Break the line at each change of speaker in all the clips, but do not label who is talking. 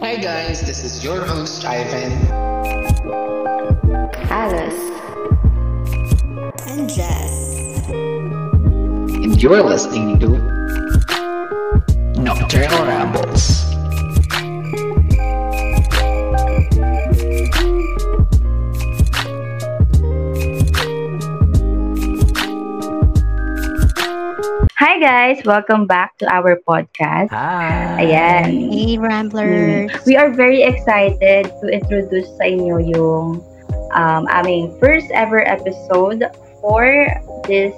Hi guys, this is your host Ivan.
Alice.
and Jess.
And you're listening to Nocturnal Rambles.
Hi guys, welcome back to our podcast.
Hi!
Ayan.
Hey, Ramblers.
Mm.
We are very excited to introduce sa inyo yung um, aming first ever episode for this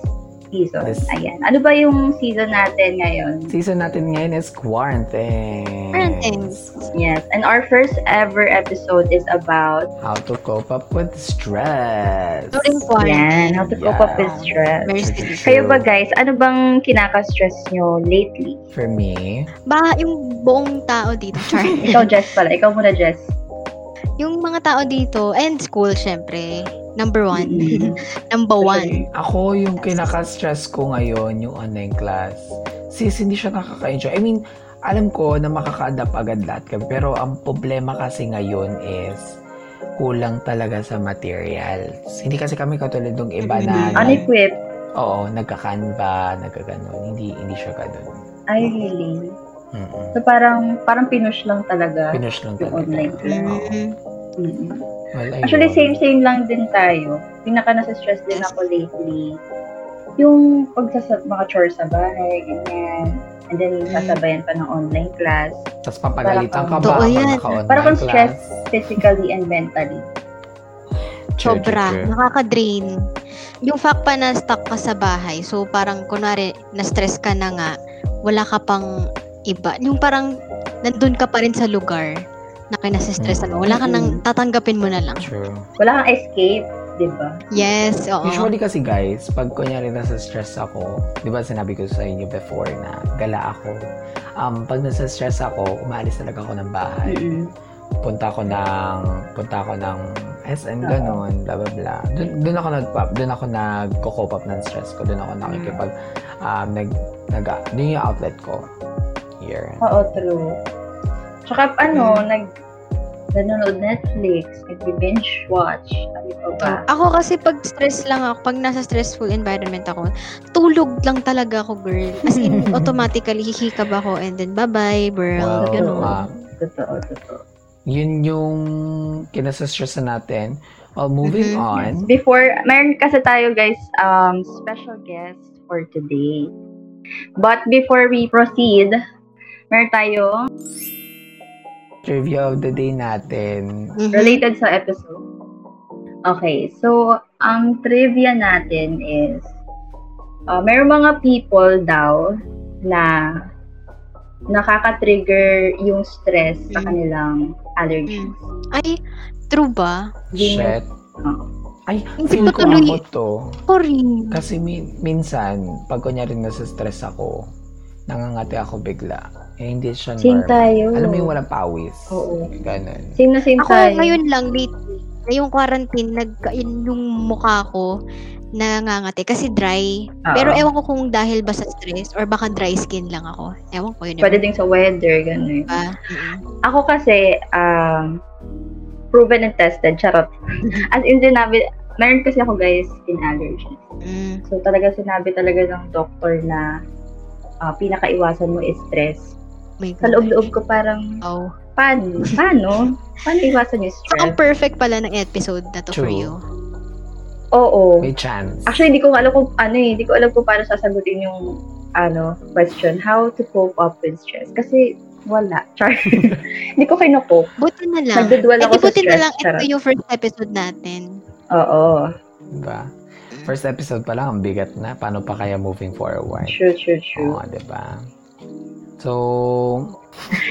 season.
This-
Ayan. Ano ba yung season natin ngayon?
Season natin ngayon is quarantine.
Quarantines.
Yes. And our first ever episode is about
How to cope up with stress.
During
Ayan,
quarantine.
how to cope up with stress.
Very
True.
safe.
Kayo ba guys, ano bang kinaka-stress nyo lately?
For me,
Ba, yung buong tao dito, Char.
Ikaw, Jess pala. Ikaw muna, Jess.
yung mga tao dito, and school, syempre. Number one.
Mm-hmm.
Mm.
Number one.
ako yung kinaka-stress ko ngayon, yung online class. Sis, hindi siya nakaka-enjoy. I mean, alam ko na makaka-adapt agad lahat kami. Pero ang problema kasi ngayon is kulang talaga sa materials. Hindi kasi kami katulad ng iba na,
Ano
Mhm.
nag-
Unequipped.
oo, nagka-canva, nagka-ganon. Hindi, hindi siya ganon.
Ay, really?
Mm-mm.
So parang parang pinush lang talaga.
Pinush lang
Yung
talaga.
online class.
Oo.
Mm.
Mm.
Well, ayun.
Actually same same lang din tayo. Pinaka nasa stress din ako lately. Yung pagsasa mga chores sa bahay, ganyan. And then sasabayan pa ng online class.
Tapos papagalitan ka ba
Totoo
pag
yan.
naka-online
Para kang
class?
stress physically and mentally.
True,
Sobra.
true, true.
Nakaka-drain. Yung fact pa na stuck ka sa bahay, so parang kunwari, na-stress ka na nga, wala ka pang iba. Yung parang, nandun ka pa rin sa lugar na kinasistress mo. Wala ka nang,
Mm-hmm.
tatanggapin mo na lang.
True.
Wala kang escape, 'di ba?
Yes, oo.
Usually kasi guys, pag kunyari nasa stress ako, di ba sinabi ko sa inyo before na gala ako, um, pag nasa stress ako, umaalis talaga ako ng bahay.
Mm.
Punta ako ng, punta ako ng SM, ganun, bla bla bla. Dun, dun ako nag-pop, dun ako nag-cope up ng stress ko, dun ako nakikipag, um, nag, nag, dun yung outlet ko. Here.
Oo, true. Tsaka ano, nag nanonood Netflix, nag-binge watch, ano pa ba?
Ah, Ako kasi pag stress lang ako, pag nasa stressful environment ako, tulog lang talaga ako, girl. As in, automatically hihikab ako and then bye-bye, world.
Wow,
ganun.
ma-
Totoo, totoo.
ah, yun yung kinasastres na natin. Well, moving
Mhm.
on.
Before, meron kasi tayo guys um, special guest for today. But before we proceed, meron tayo
Trivia of the day natin.
Mhm.
related sa episode. Okay, so ang trivia natin is uh, meron mga people daw na nakaka-trigger yung stress sa
Mm.
kanilang allergies.
Ay, true ba?
Yun yung-
Shit. Ay,
Hindi
feel
ko
ko
tuloy.
ako to.
Ako rin.
Kasi min- minsan, pag kunyari nasa stress ako, nangangati ako bigla. Eh, hindi siya
Same
normal.
tayo.
Alam mo yung walang pawis.
Oo.
Ganun.
Same na same
Ako
tayo.
ngayon lang, lately, ngayong quarantine, nagkain yung mukha ko nangangati kasi dry.
Oo.
Ah.
Pero ewan ko kung dahil ba sa stress or baka dry skin lang ako. Ewan ko yun.
Pwede din sa weather, gano'n.
ba? Mhm.
Ako kasi, um, proven and tested, charot. As in, sinabi, meron kasi ako guys in allergies.
Mm.
So talaga sinabi talaga ng doktor na ah, pinakaiwasan mo is stress.
My
Sa
God.
loob-loob ko parang,
Oh.
paano? Paano? Paano iwasan yung
So,
stress?
ang perfect pala ng episode na to for
True.
you.
Oo.
May chance.
Actually, hindi ko alam kung ano eh, hindi ko alam kung paano sasagutin yung ano, question, how to cope up with stress. Kasi wala. Char. hindi ko kinocope.
Buti na lang.
Nagdudwal ako
Ay, di
sa
Eh, buti
stress.
na lang
Charot.
ito yung first episode natin.
Oo.
Diba? First episode pa lang, ang bigat na. Paano pa kaya moving forward?
True, true, true.
Oo, diba? So,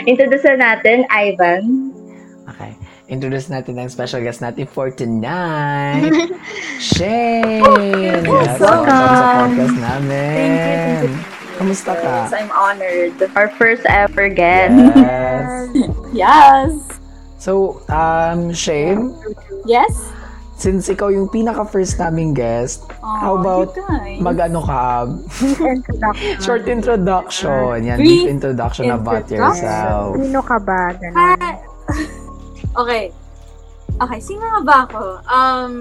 Introduce na natin, Ivan.
Okay. Introduce natin ang special guest natin for tonight. Shane! Yes,
welcome.
sa podcast namin.
Thank you, thank you.
Kamusta ka?
Yes, I'm honored.
Our first ever guest.
Yes.
Yes.
So, um, Shane,
Yes.
since ikaw yung pinaka-first naming guest, How about mag-ano ka, short introduction. Yan,
Brief
brief introduction about
introduction.
yourself.
Sino ka ba? Ganun.
Hi, Okay. Okay, sino nga ba ako? Um,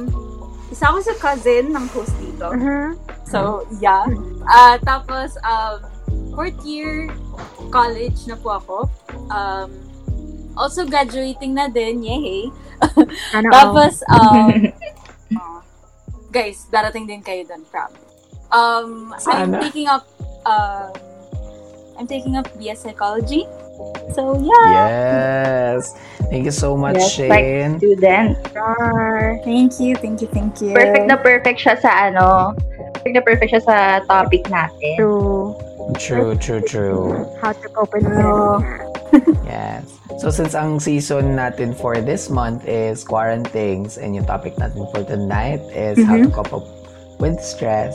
isa ako sa cousin ng host dito.
Mm-hmm.
So, yeah. Ah, tapos, um, fourth year college na po ako. Um, also graduating na din, yay!
ano,
Sana
oh,
all.
Tapos, um, uh, guys, darating din kayo doon, promise. Um, I'm
Sana.
taking up, um, I'm taking up BS Psychology. So, yeah.
Yes. Thank you so much,
Yes,
Shane.
Student.
Thank you, thank you, thank you.
Perfect na perfect siya sa ano, perfect na perfect siya sa topic natin.
to
True, true, true.
how to cope with
No.
Yes. So since ang season natin for this month is quarantines and yung topic natin for tonight is how to
Mm-hmm.
cope up with stress.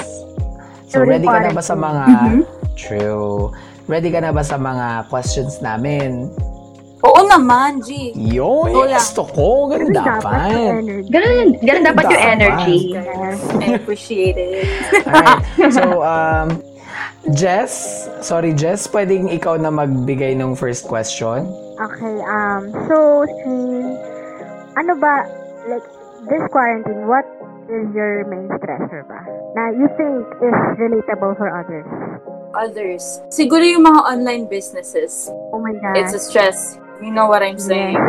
So
During
ready ka na ba sa mga
Mm-hmm.
Mhm.
true? Ready ka na ba sa mga questions namin?
Oo naman, G.
Yo,
Oo lang.
gusto ko.
Kasi
Ganda
Oh, dapat
dapat.
yung energy.
Ganun, ganun dapat yung
Tama.
energy.
Yes, I appreciate it.
Alright. So, um, Jess, sorry Jess, pwedeng ikaw na magbigay ng first question?
Okay, um, so, Shane, ano ba, like, this quarantine, what is your main stressor ba? Na you think is relatable for others?
Others. Siguro yung mga online businesses.
Oh my God.
It's a stress. You know what I'm saying.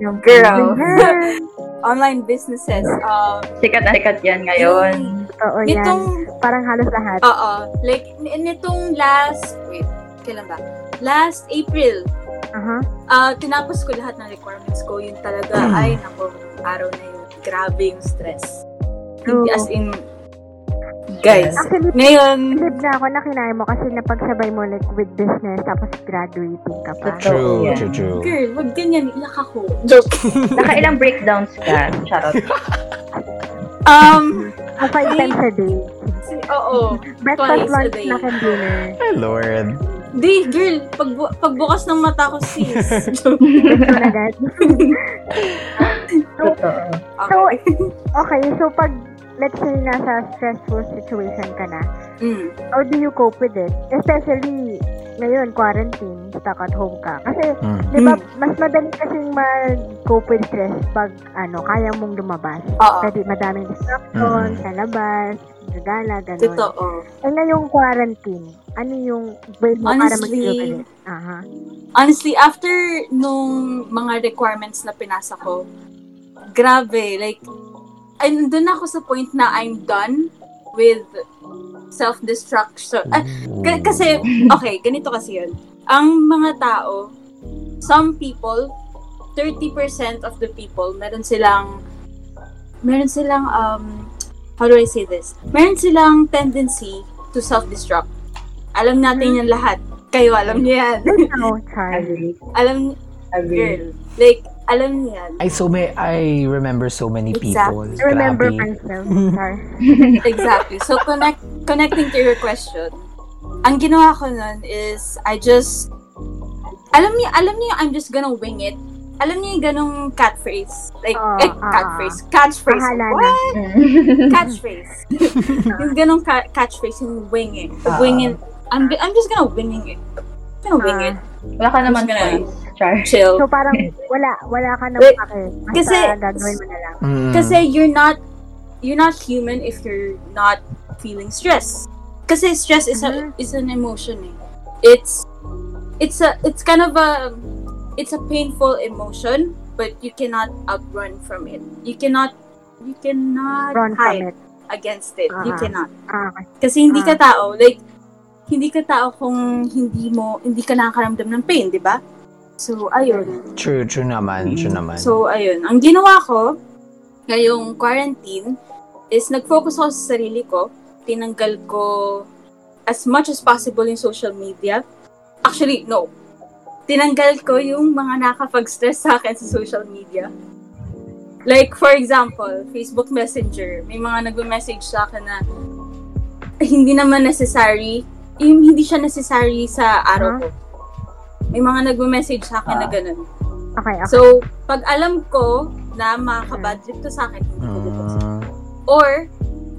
Yung
Girl.
girl.
Online businesses. Um,
Sikat na sikat yan ngayon.
Totoo yan.
Itong
Parang halos lahat.
Oo. Like, n- nitong last, wait, kailan ba? Last April,
Aha.
ah tinapos ko lahat ng requirements ko. Yun talaga, ay, naku, nung araw na yun, grabe yung stress.
True.
As in, guys,
Actually,
ngayon,
live na ako na kinaya mo kasi napagsabay mo like with business tapos graduating ka
Totoo.
pa.
True, Yeah. true,
true.
girl, wag ganyan, iyak ako. Joke.
Nakailang breakdowns ka, Charot.
Um,
Ah, five times a day.
si- oo.
Breakfast,
Twice a
lunch,
day.
snack, and dinner.
Lord.
Di, girl, pagbu- pagbukas ng mata ko, sis. Joke.
Ito na agad.
Totoo.
so,
Okay.
okay, so pag let's say nasa stressful situation ka na,
Mm.
how do you cope with it? Especially ngayon, quarantine, stuck at home ka. Kasi,
Mm.
di
Hmm.
ba, mas madali kasing mag-cope with stress pag, ano, kaya mong lumabas.
Oo.
Kasi madaming distraction, sa labas, sa gala, ganun.
Totoo.
Eh ngayong quarantine, ano yung way mo para mag-deal
Honestly,
with it? Aha.
honestly, after nung mga requirements na pinasa ko, grabe, like, and doon ako sa point na I'm done with self-destruction. Ah, k- kasi, okay, ganito kasi yun. Ang mga tao, some people, 30% of the people, meron silang, meron silang, um, how do I say this? Meron silang tendency to self-destruct. Alam natin yan lahat. Kayo, alam niyo yan.
Ikaw, Char.
Agree.
alam
Agree.
girl. Like, alam niya yan.
I so may I remember so many people.
Exactly.
Remember
Grabe.
myself, Char.
Exactly. So, connect, connecting to your question, ang ginawa ko nun is, I just, alam niyo, alam niyo, yung I'm just gonna wing it. Alam niyo yung ganong cat phrase. Like,
Oo,
eh,
oo.
cat phrase. Catchphrase.
Ah, Bahala na.
What?
Mm.
Catchphrase. yung ganong ca- catchphrase, yung wing it.
Oo.
Ah.
Wing it. I'm, I'm just gonna wing it. I'm gonna
Ah.
wing it.
Wala ka naman
Just gonna-
choice, Char.
Chill.
So parang wala, wala ka ng
Wait,
pake.
Eh,
Basta
kasi-
gagawin mo na lang.
Mm.
Kasi you're not you're not human if you're not feeling stress. Kasi stress is a
Mm-hmm.
is an emotion. Eh. It's it's a it's kind of a it's a painful emotion, but you cannot outrun from it. You cannot you cannot
Run from
hide
it.
against it. You
Ah.
cannot.
Ah,
Kasi hindi ka tao, like, hindi ka tao kung hindi mo, hindi ka nakakaramdam ng pain, di ba? So, ayun.
True, true naman,
Mm.
true naman.
So, ayun. Ang ginawa ko ngayong quarantine is nag-focus ako sa sarili ko. Tinanggal ko as much as possible yung social media. Actually, no. Tinanggal ko yung mga nakakapag-stress sa akin sa social media. Like, for example, Facebook Messenger. May mga nag-message sa akin na hindi naman necessary. Yung hindi siya necessary sa araw ko. May mga nag-message sa akin na ganun.
okay, ah, okay.
So, pag alam ko na makakabad trip to sa akin, hindi ko bubuksan.
Mm.
Or,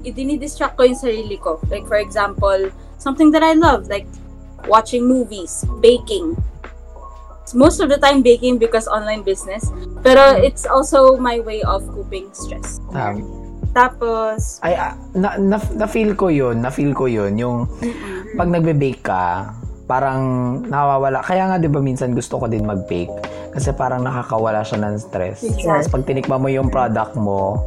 idinidistract ko yung sarili ko. Like, for example, something that I love, like watching movies, baking. Most of the time baking because online business. Pero it's also my way of coping stress.
Um,
Tapos,
ay, ah, na, na, na-feel ko yun, na-feel ko yun, yung pag nagbe-bake ka, parang nawawala. Kaya nga, di ba, minsan gusto ko din mag-bake. Kasi parang nakakawala siya ng stress.
Exactly.
Tapos pag tinikma mo yung product mo,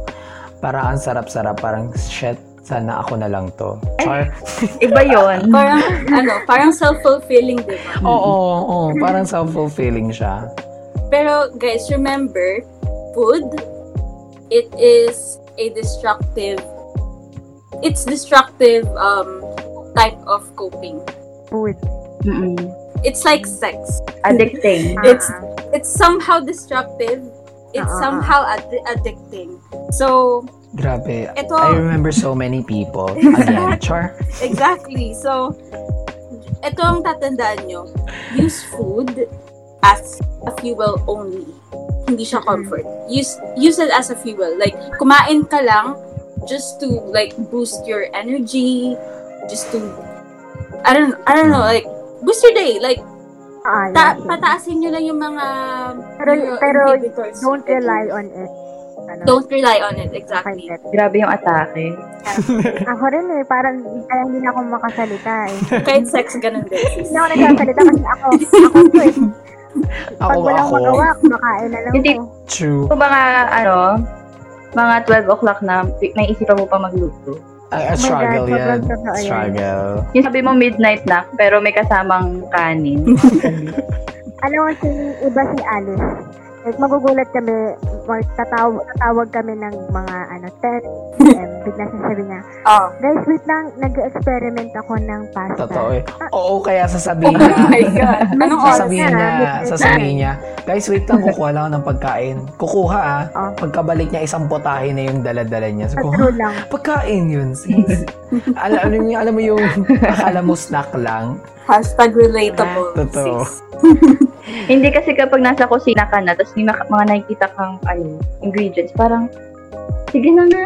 parang ang sarap-sarap, parang, shit, sana ako na lang to. Char.
Iba yon.
parang, ano, parang self-fulfilling, di ba?
Oo, oo, oo, parang self-fulfilling siya.
Pero guys, remember, food, it is a destructive, it's destructive um, type of coping.
Food.
Mm-mm.
It's like sex.
Addicting.
It's
Ah,
it's somehow destructive. It's
Ah, ah,
somehow ad- addicting. So
Grabe.
Ito-
I remember so many people. Again, char.
exactly. So ito ang tatandaan nyo. Use food as a fuel only. Hindi siya
Hmm.
comfort. Use use it as a fuel. Like kumain ka lang just to like boost your energy, just to I don't I don't know like boost your day. Like
ah,
ta-
yeah.
pataasin nyo lang yung mga
Pero- pero
neuroinhibitors.
Don't rely on it. Ano,
Don't rely on it,
find
exactly.
it.
Grabe yung atake.
Ako rin eh, parang kaya hindi na ako makasalita eh.
Kahit sex, ganun din.
Hindi ako nagsasalita kasi ako, ako to eh. Pag
Ako,
walang
ako.
magawa, kumakain na lang
Hindi.
ako.
True.
Kung mga, ano, mga 12 o'clock na, naisipan mo pa magluto.
I, I
Oh God,
struggle yan.
sobrang totoo yan.
Struggle.
Yung sabi mo midnight na, pero may kasamang kanin.
Alam mo, si iba si Alice. Like, magugulat kami, magtataw- tatawag kami ng mga ano, 10 p.m. Bigla sasabi niya,
Oh.
guys, wait lang, nag-experiment ako ng pasta.
Totoo eh. Oo, kaya
Oh
sasabihin
my
niya.
God. Anong
Yes.
oras?
Sasabihin
na,
niya,
midnight
sasabihin niya, guys, wait lang, kukuha lang ako ng pagkain. Kukuha ah.
Oh.
Pagkabalik niya, isang potahe na yung daladala niya. So,
Sa
kuha,
true lang.
pagkain yun, sis. alam, alam, mo yung- alam mo yung, akala mo snack lang.
Hashtag relatable.
Totoo.
sis.
Hindi kasi kapag nasa kusina ka na, tapos may mga, mga nakikita kang, ano, ingredients, parang, sige na nga,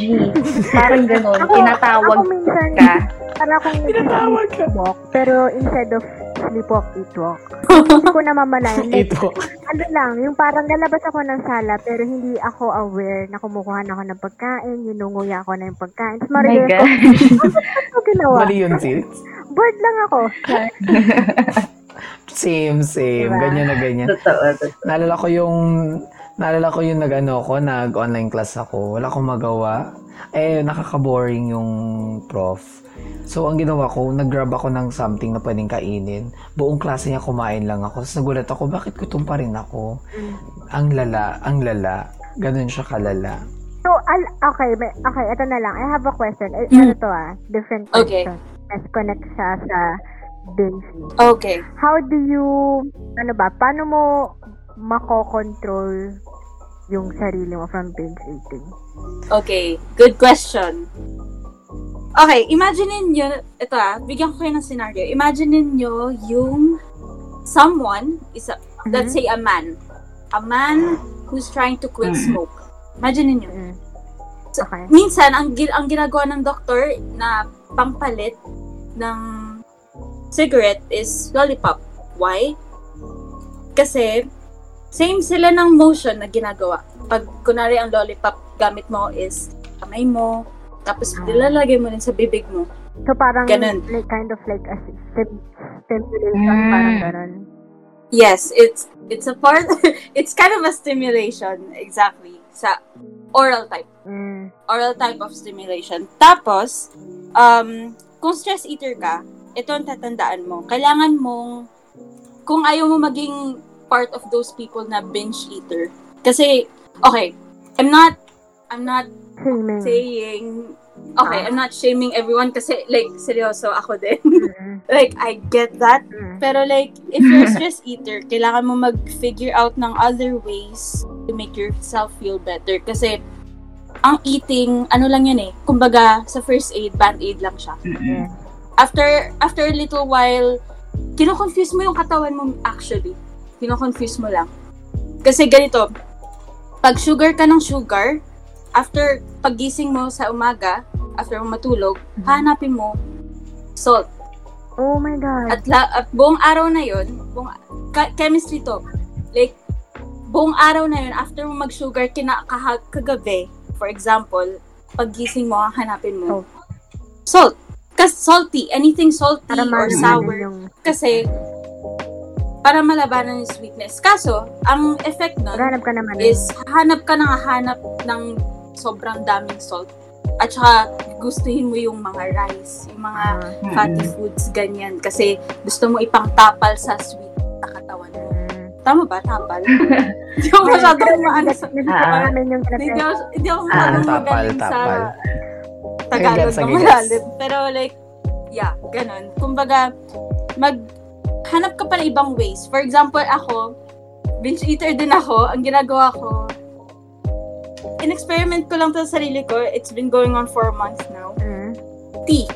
G. Parang ganun, tinatawag
ako minsan,
ka.
para akong
Tinatawag ka.
sleepwalk, pero instead of sleepwalk, eatwalk. Hindi ko namamalayan. Like,
Ito.
ano lang, yung parang lalabas ako ng sala, pero hindi ako aware na kumukuha na ako ng pagkain, yununguya ako na yung pagkain. Tapos
Oh my
marinig ko,
God.
ano ginawa?
Mali yun, sis.
Bored lang ako.
Same, same.
Diba?
Ganyan na ganyan.
Totoo, totoo.
Naalala ko yung naalala ko yung nag-ano ko, nag-online class ako. Wala akong magawa. Eh, nakaka-boring yung prof. So, ang ginawa ko, nag-grab ako ng something na pwedeng kainin. Buong klase niya kumain lang ako. Tapos nagulat ako, bakit gutom pa rin ako?
Mm.
Ang lala, ang lala. Ganun siya kalala.
So, al okay, may, okay, ito na lang. I have a question. Eh,
Mm.
Ano to ah? Different
Okay.
question. Mas connect siya sa binge.
Okay.
How do you, ano ba, paano mo makokontrol yung sarili mo from binge eating?
Okay. Good question. Okay, imagine nyo, ito ah, bigyan ko kayo ng scenario. Imagine nyo yung someone, isa, let's say a man. A man who's trying to quit smoke. Imagine nyo.
Mm.
So,
Okay.
minsan ang gi- ang ginagawa ng doktor na pampalit ng cigarette is lollipop. Why? Kasi same sila ng motion na ginagawa. Pag kunari ang lollipop gamit mo is kamay mo, tapos nilalagay mo rin sa bibig mo.
So, parang,
Ganun.
like, kind of like a stim- stimulation, parang ganun.
Yes, it's it's a part it's kind of a stimulation exactly sa oral type.
Mm.
oral type of stimulation. Tapos, um, kung stress eater ka, ito ang tatandaan mo. Kailangan mong, kung ayaw mo maging part of those people na binge eater. Kasi, okay, I'm not, I'm not
Shaming.
saying, okay, I'm not shaming everyone kasi, like, seryoso ako din.
Mm,
like, I get that.
mm,
Pero like, if you're a stress eater, kailangan mo mag-figure out ng other ways to make yourself feel better. Kasi, ang eating, ano lang yun eh, kumbaga, sa first aid, band-aid lang siya.
yeah.
After, after a little while, kinoconfuse mo yung katawan mo actually. Kinoconfuse mo lang. Kasi ganito, pag sugar ka ng sugar, after pagising mo sa umaga, after mo matulog, hanapin mo salt
Oh my God.
at, la- at buong araw na yon, buong ka- chemistry to. Like, buong araw na yun, after mo mag-sugar, kina- kaha- kagabi, for example, pagising mo, hahanapin mo. Salt. Kasi salty. Anything salty or
malabanan
sour.
yung
Kasi, para malabanan yung sweetness. Kaso, ang effect nun,
maghanap ka
Ano
naman ng
is hanap ka ng hanap ng sobrang daming salt. At saka, gustuhin mo yung mga rice, yung mga
ah,
hmm.
fatty foods, ganyan. Kasi gusto mo ipang tapal sa sweet na katawan mo.
mm.
Tama ba? Tapal? Hindi ako masyadong maano sa...
Nagustuhan namin yung
Hindi
tinatry.
ako, hindi ako
Ah,
masyadong
tapal,
magaling sa
tapal.
Tagalog
Gets,
ng
gets.
malalim. Pero like, yeah, ganun. Kumbaga, mag... Hanap ka pa ng ibang ways. For example, ako, binge eater din ako. Ang ginagawa ko, in-experiment ko lang to sa sarili ko. It's been going on for months now.
Mm.
Tea.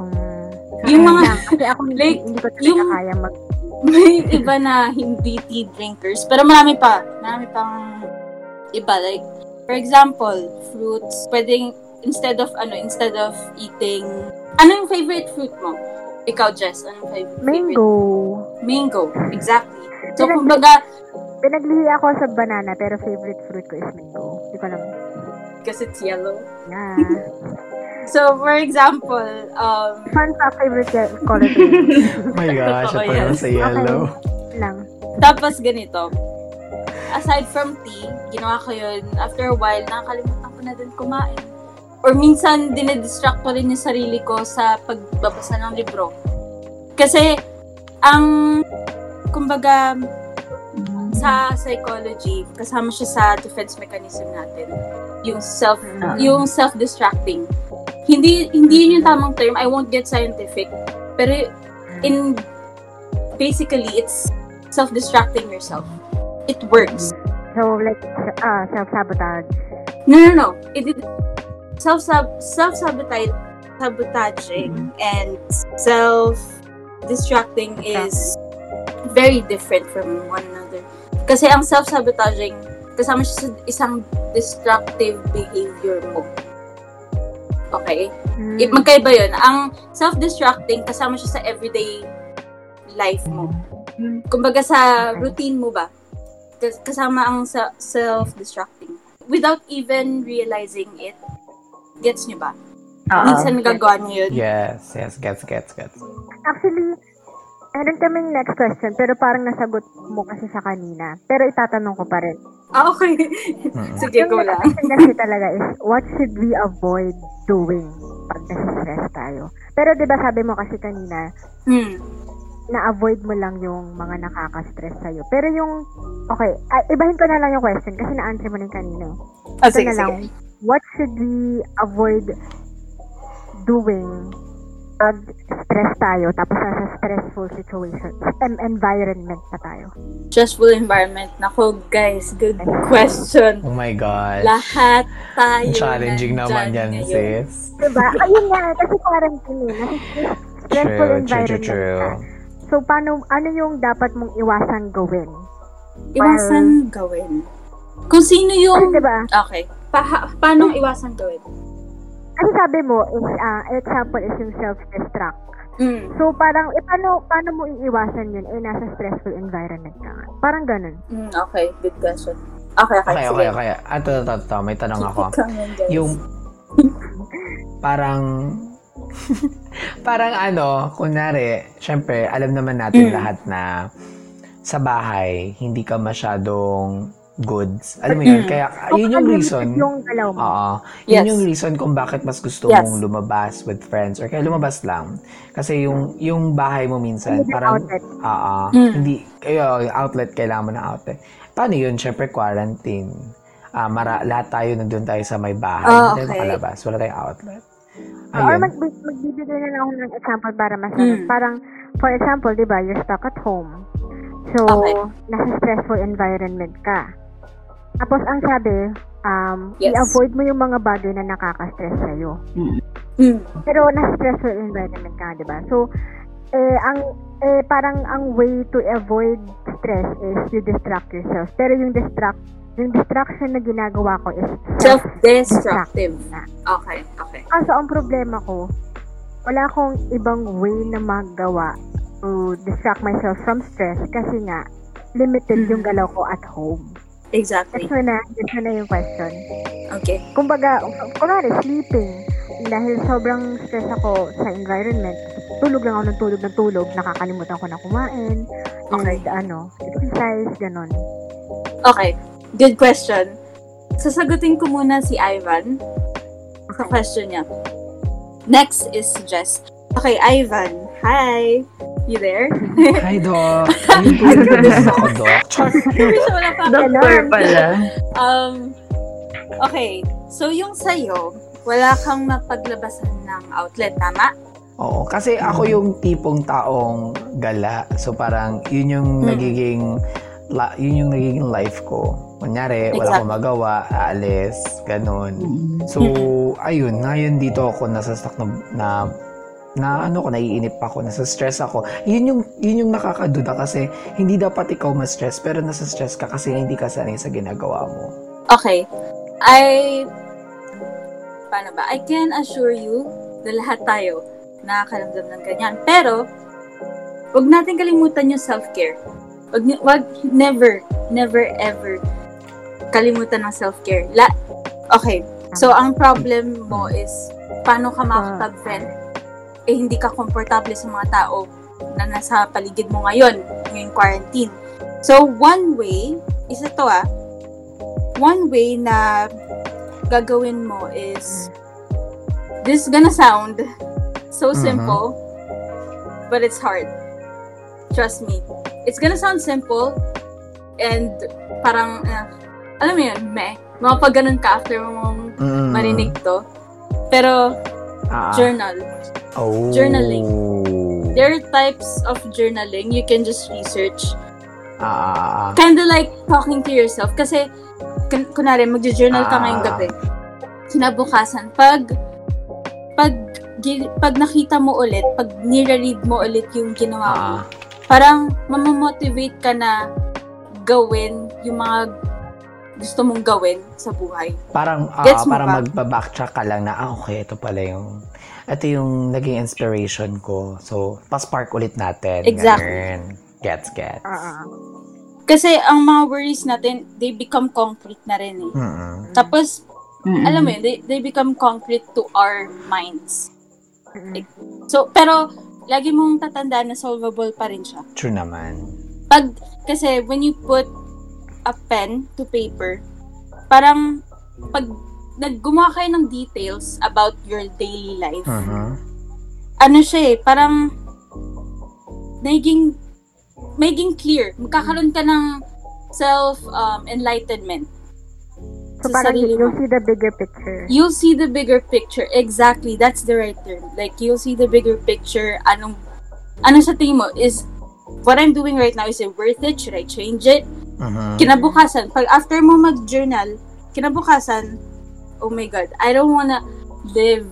Mm.
Yung mga
Lang. Kasi ako hindi,
Like,
hindi ko talaga
yung-
kaya mag...
may iba na hindi tea drinkers. Pero marami pa. Marami pang iba. Like, for example, fruits. Pwedeng, instead of, ano, instead of eating, ano yung favorite fruit mo? Ikaw, Jess, anong favorite?
Mango.
favorite? Mango. Exactly. So,
Pinag-
kumbaga,
Pinaglihi ako sa banana pero favorite fruit ko is mango. Hindi ko alam.
because it's yellow.
Yeah.
So, for example, um,
Fun fact, favorite ye- color ko yun.
Oh my gosh,
Totoo
ito naman
yan.
sa yellow.
lang.
Tapos ganito, aside from tea, ginawa ko yun, after a while, nakakalimutan ko na din kumain. Or minsan, dinedistract ko rin yung sarili ko sa pagbabasa ng libro. Kasi, ang, kumbaga, sa psychology, kasama siya sa defense mechanism natin. Yung self,
Ah.
yung self-distracting. Hindi, hindi yun yung tamang term. I won't get scientific. Pero, in, basically, it's self-distracting yourself. It works.
So, like, ah, self-sabotage.
No, no, no. It is self self sabotage sabotaging and self distracting is very different from one another. Kasi ang self sabotaging kasama siya sa isang destructive behavior mo. Okay?
Mm.
It, magkaiba yun. Ang self-destructing, kasama siya sa everyday life mo. Kumbaga sa routine mo ba? Kas- Kasama ang sa- self-destructing. Without even realizing it. Gets niyo ba?
Oo.
Minsan nagagawa niyo yun.
Yes, yes, gets, gets, gets.
Actually, meron kaming next question, pero parang nasagot mo kasi siya kanina. Pero itatanong ko pa rin.
Ah, okay.
Mm-mm.
Sige, go
next
lang.
question kasi talaga is, what should we avoid doing pag nasistress tayo? Pero di ba sabi mo kasi kanina,
Hmm.
na-avoid mo lang yung mga nakaka-stress sa'yo. Pero yung, okay, ah, ibahin ko na lang yung question kasi na-answer mo na yung kanina. eh.
Ah,
Ito
sige,
na lang,
sige.
what should we avoid doing pag stress tayo tapos nasa stressful situation em- environment pa tayo.
Stressful environment. Nako, guys. Good question.
Oh my gosh.
Lahat tayo
Challenging naman yan,
nandyan ngayon.
sis.
Diba? Ayun nga, kasi parang yun eh, nasa stress-
True,
stressful
true, true,
environment
true.
ka. So, paano, ano yung dapat mong iwasan gawin?
Iwasan gawin. Kung sino
Kasi
yung...
diba,
Okay. Pa- paano iwasan gawin?
kasi sabi mo, is, ah, example is yung self-destruct.
Mm.
So, parang, eh, paano, paano mo iiwasan yun? Eh, nasa stressful environment ka nga. Parang ganun.
Mm, okay, good question. Okay, okay,
Okay,
sige.
okay, Ah, okay. Ato, ato, ato. May tanong ako.
Ikaw yun, guys.
Yung parang parang ano, kunwari, syempre, alam naman natin
Mm.
lahat na sa bahay, hindi ka masyadong goods. Alam mo yun?
Mm.
Kaya, yun yung
Kung
reason. Ah,
unlimited Yung galaw mo.
Oo.
Yes.
Yun yung reason kung bakit mas gusto
Yes.
mong lumabas with friends or kaya lumabas lang. Kasi yung yung bahay mo minsan,
Yung
parang,
outlet.
oo,
Mm.
hindi, kayo, outlet, kailangan mo ng outlet. Paano yun? Siyempre, quarantine. Ah, mara, lahat tayo nandun tayo sa may bahay.
Ah,
Hindi tayo
okay.
makalabas. Wala tayong outlet.
Ah, Or
Ayun.
mag, magbibigay na lang ako ng example para mas ano.
Mm.
Parang, for example, di ba, you're stuck at home. So,
Okay.
nasa stressful environment ka. Tapos, ang sabi, um,
Yes.
i-avoid mo yung mga bagay na nakaka-stress sa'yo.
Mm,
Pero, nasa stressful environment ka, di ba? So, eh, ang, eh, parang ang way to avoid stress is you distract yourself. Pero yung distract, yung distraction na ginagawa ko is
Self-destructive. Okay, okay.
Kaso ang problema ko, wala akong ibang way na magawa to distract myself from stress kasi nga, limited yung galaw ko at home.
Exactly.
Gets mo na, gets mo na yung question.
Okay.
Kumbaga, kunwari, sleeping. Dahil sobrang stress ako sa environment, tulog lang ako ng tulog ng tulog, nakakalimutan ko na kumain,
Okay.
and ano, exercise, ganun.
Okay. Good question. Sasagutin ko muna si Ivan sa question niya. Next is Jess. Okay, Ivan. Hi! You there?
Hi, Doc. Ayun po, nagdadasal ako, Doc.
Wish wala pa ako.
Doctor pala.
Um, okay. So, yung sa'yo, wala kang mapaglabasan ng outlet, tama?
Oo, kasi ako yung tipong taong gala. So parang yun yung
Mm.
nagiging la, yun yung nagiging life ko. Kunyari, wala
Exactly.
akong magawa, aalis, ganun. So, ayun, ngayon dito ako nasasak na, na na ano ko, naiinip ako, nasa stress ako. Yun yung, yun yung nakakaduda kasi hindi dapat ikaw ma-stress pero nasa stress ka kasi hindi ka sanay sa ginagawa mo.
Okay. I... Paano ba? I can assure you na lahat tayo nakakaramdam ng ganyan. Pero, wag natin kalimutan yung self-care. Wag, ni- wag never, never ever kalimutan ng self-care. La okay. So, ang problem mo is paano ka makakapag-vent eh hindi ka komportable sa mga tao na nasa paligid mo ngayon, ngayong quarantine. So, one way, isa to ah, one way na gagawin mo is this gonna sound so
Mhm.
simple but it's hard trust me it's gonna sound simple and parang ah, alam mo yun meh mga pag ganun ka after mong
Mm.
marinig to pero
Ah,
journal
oh.
journaling. there are types of journaling you can just research
Ah, ah, ah.
kind of like talking to yourself kasi kun- kunwari magjo-journal ka ngayong
Ah.
gabi kinabukasan pag pag gi- pag nakita mo ulit pag nire-read mo ulit yung ginawa mo
Ah,
parang mamamotivate ka na gawin yung mga gusto mong gawin sa buhay
parang ah,
Gets mo
parang
ba?
magbabacktrack ka lang na ah okay ito pala yung ito yung naging inspiration ko. So, paspark ulit natin.
Exactly.
Ganun. Gets, gets.
Ah, ah.
kasi ang mga worries natin they become concrete na rin eh
Mm-mm.
tapos
Mm-mm.
alam mo
Mm.
yun they, they become concrete to our minds
Mm-mm.
so pero lagi mong tatandaan na solvable pa rin siya
True naman.
pag kasi when you put a pen to paper, parang pag naggumawa kayo ng details about your daily life,
Mhm.
ano siya eh, parang naging, naging clear. Magkakaroon ka ng um, self-enlightenment.
So parang you'll see the bigger picture.
You'll see the bigger picture. Exactly. That's the right term. Like, you'll see the bigger picture. Anong, ano sa tingin mo? Is, what I'm doing right now, is it worth it? Should I change it? Uh-huh.
Mhm.
kinabukasan, pag after mo mag-journal, kinabukasan, oh my God, I don't wanna live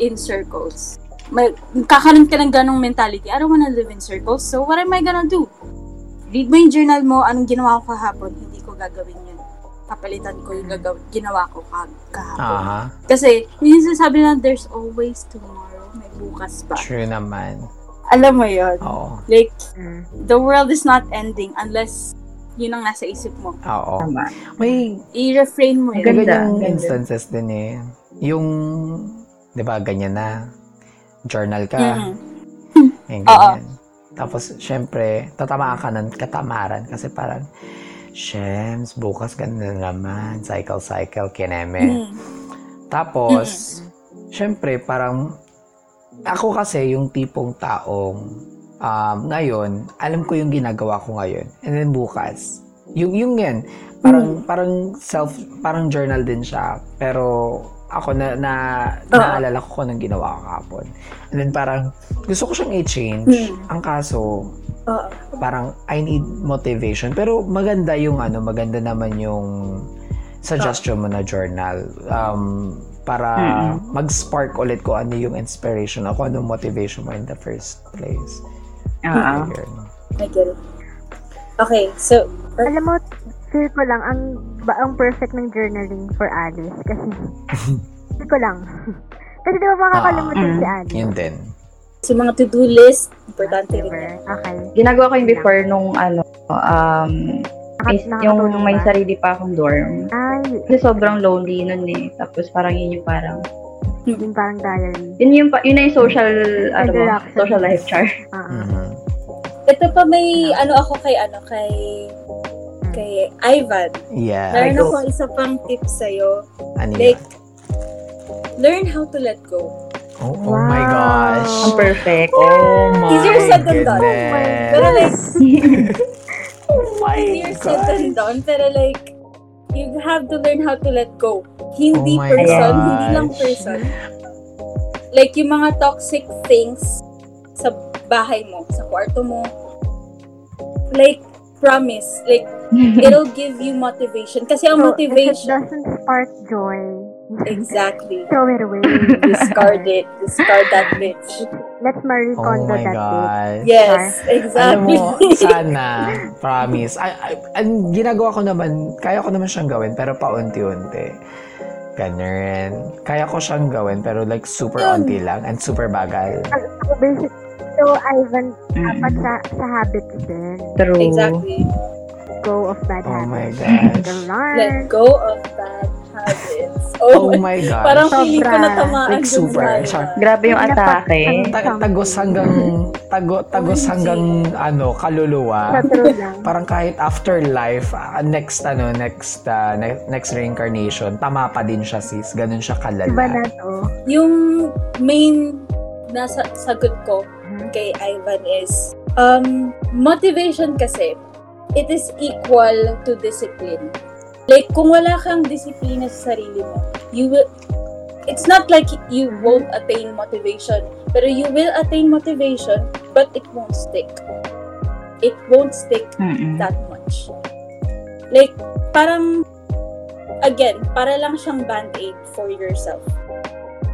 in circles. May, kakaroon ka ng ganong mentality. I don't wanna live in circles. So, what am I gonna do? Read mo yung journal mo, anong ginawa ko kahapon, hindi ko gagawin yun. Kapalitan ko yung gagaw- ginawa ko ka- kahapon.
Aha.
Kasi, yun yung sinasabi na, there's always tomorrow. May bukas pa.
True naman.
Alam mo yun.
Oo.
Like,
Mm.
the world is not ending unless yun ang nasa isip mo
Oo.
Tama.
May
i-refrain mo yun.
Ganda,
ganyang
ganda.
instances din eh. Yung, di ba, ganyan na. Journal ka.
Mm.
Yung
Oo.
ganyan. Tapos, syempre, tatamaan ka ng katamaran kasi parang, Shems, bukas ganda na naman. Cycle, cycle, kineme.
Mm.
Tapos, syempre, parang, ako kasi yung tipong taong, um, ngayon, alam ko yung ginagawa ko ngayon. And then bukas, yung, yung yan, parang, parang self, parang journal din siya. Pero, ako na, na naalala ko kung anong ginawa ko kahapon. And then parang, gusto ko siyang i-change.
Mm.
Ang kaso,
Oo.
parang I need motivation. Pero maganda yung ano, maganda naman yung suggestion mo na journal. Um, para mag-spark ulit ko ano yung inspiration o kung anong motivation mo in the first place.
Oo.
Ayun.
I get it. Okay, so,
Alam mo, feel ko lang, ang, ba, ang perfect ng journaling for Alice, kasi, feel ko lang. kasi di ba makakalimutan
Ah,
si Alice?
Yun din.
sa mga to-do list, importante rin
Diba?
yan.
Okay.
Ginagawa ko yung before nung ano, Um,
Nakat-
is yung
nakakatulong
may
ba?
sarili pa akong dorm.
Ay,
Kasi sobrang lonely nun eh. Tapos parang yun yung parang,
yung parang diary.
yun yung, pa- yun na yung social, ano mo,
Interaction.
social life char.
Ah,
Mhm.
Ito pa may ano ako kay ano kay kay Ivan.
Yeah.
Meron ako isa pang tip sa'yo.
Ano
Like,
yun?
learn how to let go.
oh, oh my
Wow.
gosh.
Ang perfect.
Oh my
Easier said than done.
goodness.
Pero like,
oh my
easier said than
gosh.
done. Pero like, you have to learn how to let go. Hindi
Oh my
person,
gosh.
hindi lang person. Like, yung mga toxic things sa bahay mo, sa kwarto mo, like, promise, like, it'll give you motivation. Kasi ang
So, if it
motivation,
doesn't spark joy,
exactly,
throw it away.
discard it, discard that bitch.
Let's Marie
Oh
Kondo
my
that bitch.
gosh.
Yes,
Alam
exactly.
mo, oh. sana, promise. Ay, ay, ang ginagawa ko naman, kaya ko naman siyang gawin, pero paunti-unti. Ganun. Kaya ko siyang gawin, pero like super unti lang and super bagal.
Ang- Ako basic. So, Ivan, dapat
Mm,
sa, sa habits din.
True.
exactly.
Go of bad
Oh my
habits.
gosh.
Let
Learn.
go of bad habits.
Oh
Oh, my
my gosh.
Parang feeling ko
Sobra.
natamaan
Like,
dun
super.
tayo.
Sharp.
Grabe yung
Napatay.
atake.
Ta- tagos hanggang, tago, tagos
OMG.
hanggang, ano,
Sa
kaluluwa.
true lang.
Parang kahit afterlife, ah, next, ano, next, ah, ne- next reincarnation, tama pa din siya, sis. Ganun siya
Iba
kalala.
na to.
Yung main nasa sagot ko
Mm-hmm.
kay Ivan is um motivation kasi it is equal to discipline. Like kung wala kang disiplina sa sarili mo, you will it's not like you won't attain motivation, pero you will attain motivation but it won't stick. It won't stick
Mm-mm.
that much. Like, parang, again, para lang siyang band-aid for yourself.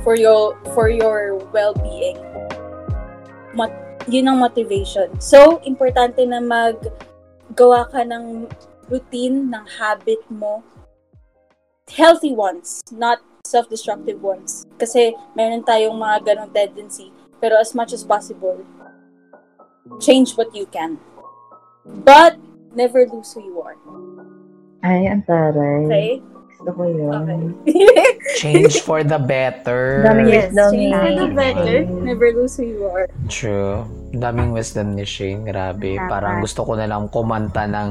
For your, for your well-being. Mot- yun ang motivation. So, importante na mag gawa ka ng routine, ng habit mo. Healthy ones, not self-destructive ones. Kasi meron tayong mga ganong tendency. Pero as much as possible, change what you can. But never lose who you are.
Ay, ang taray.
Okay?
Gusto ko yun.
Okay.
Change for the better.
Daming
yes,
Yes, Dami.
change for the better.
Mm.
Never lose who you are.
True. Daming wisdom ni Shane. Grabe.
Tama.
Parang gusto ko na lang kumanta ng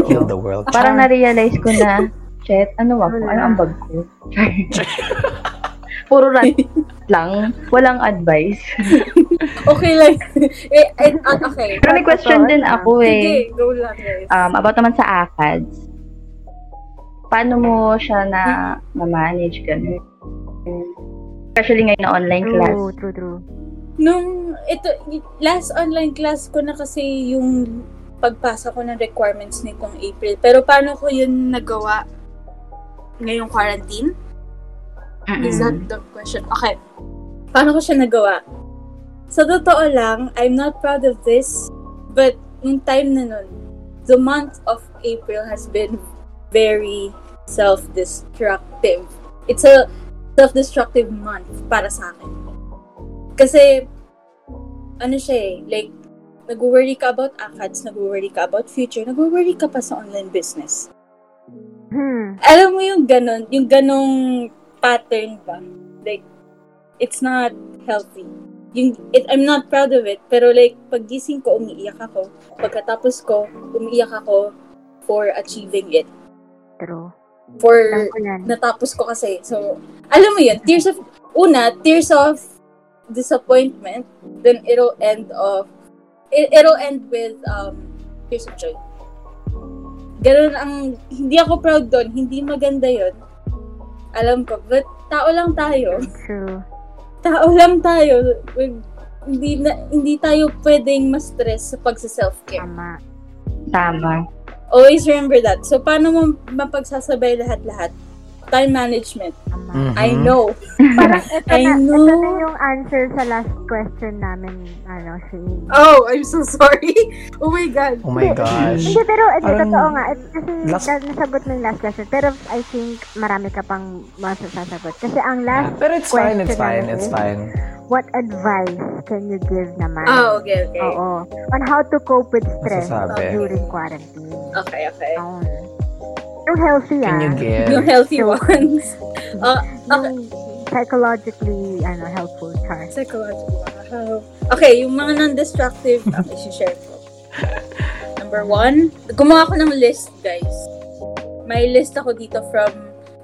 Oo.
Heal the World.
Parang na-realize ko na, Chet, ano ba ko? Ano ang bag ko? Puro rant lang. Walang advice.
Okay, like, eh, eh, ah, okay.
Pero may question din ako eh.
Sige, go lang guys.
Um, about naman sa ACADS. Paano mo siya na ma-manage ganun? Especially ngayon na online class.
True, true, true.
Nung, ito, y- last online class ko na kasi yung pagpasa ko ng requirements nitong April. Pero paano ko yun nagawa ngayong quarantine?
Mm-mm.
Is that the question? Okay. Paano ko siya nagawa? Sa totoo lang, I'm not proud of this, but nung time na nun, the month of April has been very self-destructive. It's a self-destructive month para sa akin. Kasi, ano siya eh, like, nag-worry ka about ACADS, nag-worry ka about future, nag-worry ka pa sa online business
Hmm.
alam mo yung ganun, yung ganong pattern ba? Like, it's not healthy. Yung, it, I'm not proud of it, pero like, pagising ko, umiiyak ako. Pagkatapos ko, umiiyak ako for achieving it.
True. Alam
For,
ko yan.
natapos ko kasi. So, alam mo yun, tears of, una, tears of disappointment, then it'll end of, it, it'll end with um, tears of joy. Ganun ang, hindi ako proud doon, hindi maganda yun. Alam ko, but tao lang tayo.
True.
Tao lang tayo. Wag- Hindi, na, hindi tayo pwedeng ma-stress sa pagsa-self-care.
Tama.
Tama.
Always remember that. So, paano mo mapagsasabay lahat-lahat? time management.
Mhm.
I know. Parang,
Ito
I
na,
know.
ito na yung answer sa last question namin, ano, Shane.
Oh, I'm so sorry. Oh my God.
Oh my gosh.
Hindi, pero ito,
Parang-
totoo nga. Ito, kasi
Last-
na- nasagot mo yung last question. Pero I think marami ka pang masasagot. Kasi ang
Yeah,
last,
Pero it's fine, it's
question
fine,
namin
it's
is-
fine.
what advice can you give naman?
Oh, okay, okay.
Oo. On how to cope with stress
Masasabi.
during quarantine.
Okay, okay.
Ayun. Yung healthy ah.
Can you
Yung
give?
healthy ones. Oh, okay.
Yung psychologically ano, helpful char.
Psychological. Wow. Okay, yung mga non-destructive ang isi-share ko. Number one, gumawa ako ng list, guys. May list ako dito from